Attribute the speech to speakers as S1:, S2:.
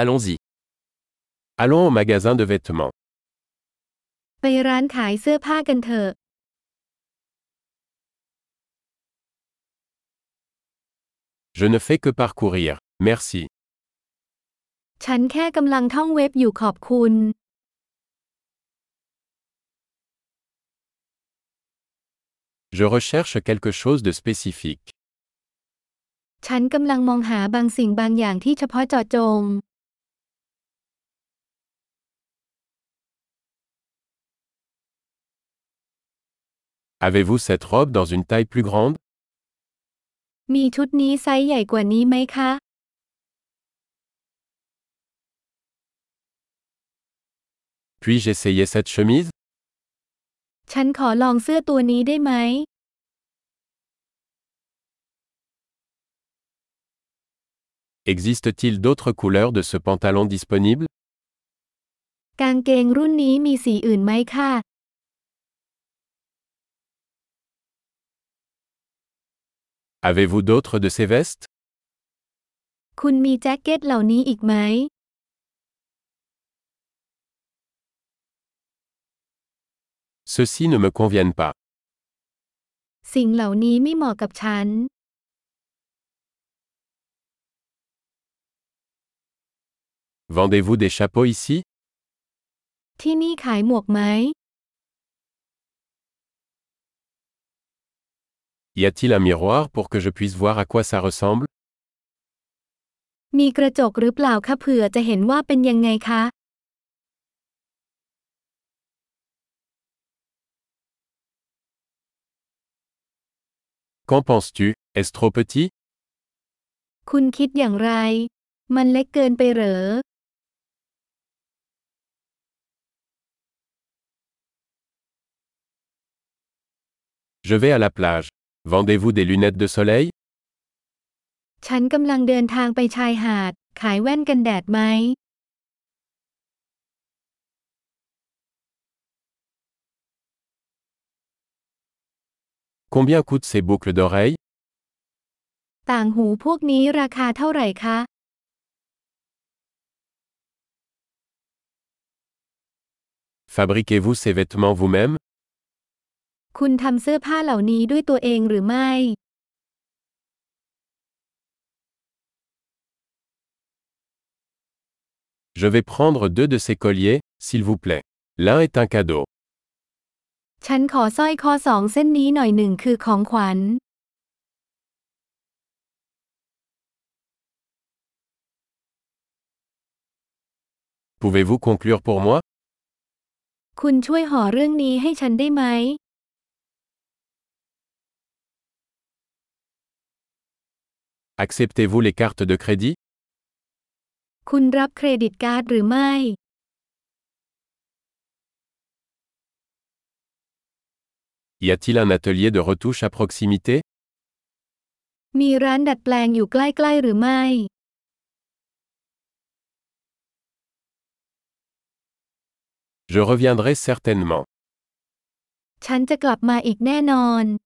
S1: Allons-y. Allons au magasin de vêtements.
S2: ไปร้านขายเสื้อผ้ากันเถอะ
S1: Je ne fais que parcourir. Merci.
S2: ฉันแค่กำลังท่องเว็บอยู่ขอบคุณ
S1: Je recherche quelque chose de spécifique.
S2: ฉันกำลังมองหาบางสิ่งบางอย่างที่เฉพาะเจาะจง
S1: Avez-vous cette robe dans une taille plus grande
S2: มีชุดนี้ไซส์ใหญ่กว่านี้ไหมคะ
S1: Puis-je essayer cette chemise
S2: ฉันขอลองเสื้อตัวนี้ได้ไหม
S1: Existe-t-il d'autres couleurs de ce pantalon disponible
S2: กางเกงรุ่นนี้มีสีอื่นไหมคะ
S1: Avez-vous d'autres de ces vestes
S2: คุณมีแจ็คเก็ตเหล่านี้อีกไหม
S1: Ceux-ci ne me conviennent pas.
S2: สิ่งเหล่านี้ไม่เหมาะกับฉัน
S1: Vendez-vous des chapeaux ici
S2: ที่นี่ขายหมวกไหม
S1: Y a-t-il un miroir pour que je puisse voir à quoi ça ressemble
S2: มีกระจกหรือเปล่าคะเผื่อจะเห็นว่าเป็นยังไงคะ
S1: Qu'en penses-tu Est-ce trop petit
S2: คุณคิดอย่างไร มันเล็กเกินไปเหรอ
S1: Je vais à la plage. Vendez-vous des lunettes de soleil
S2: ฉันกำลังเดินทางไปชายหาด ขายแว่นกันแดดไหม
S1: Combien coûtent ces boucles d'oreilles
S2: ต่างหูพวกนี้ราคาเท่าไหร่คะ
S1: Fabriquez-vous ces vêtements vous-même
S2: คุณทำเสื้อผ้าเหล่านี้ด้วยตัวเองหรือไม่
S1: Je vais prendre deux de ces colliers, s'il vous plaît. L'un est un cadeau.
S2: ฉันขอสร้อยคอสองเส้นนี้หน่อยหนึ่งคือของขวัญ
S1: Pouvez-vous conclure pour moi
S2: คุณช่วยห่อเรื่องนี้ให้ฉันได้ไหม
S1: Acceptez-vous les cartes de crédit
S2: คุณรับเครดิตการ์ดหรือไม่
S1: Y a-t-il un atelier de retouche à proximité
S2: มีร้านดัดแปลงอยู่ใกล้ๆหรือไม่
S1: Je reviendrai certainement.
S2: ฉันจะกลับมาอีกแน่นอน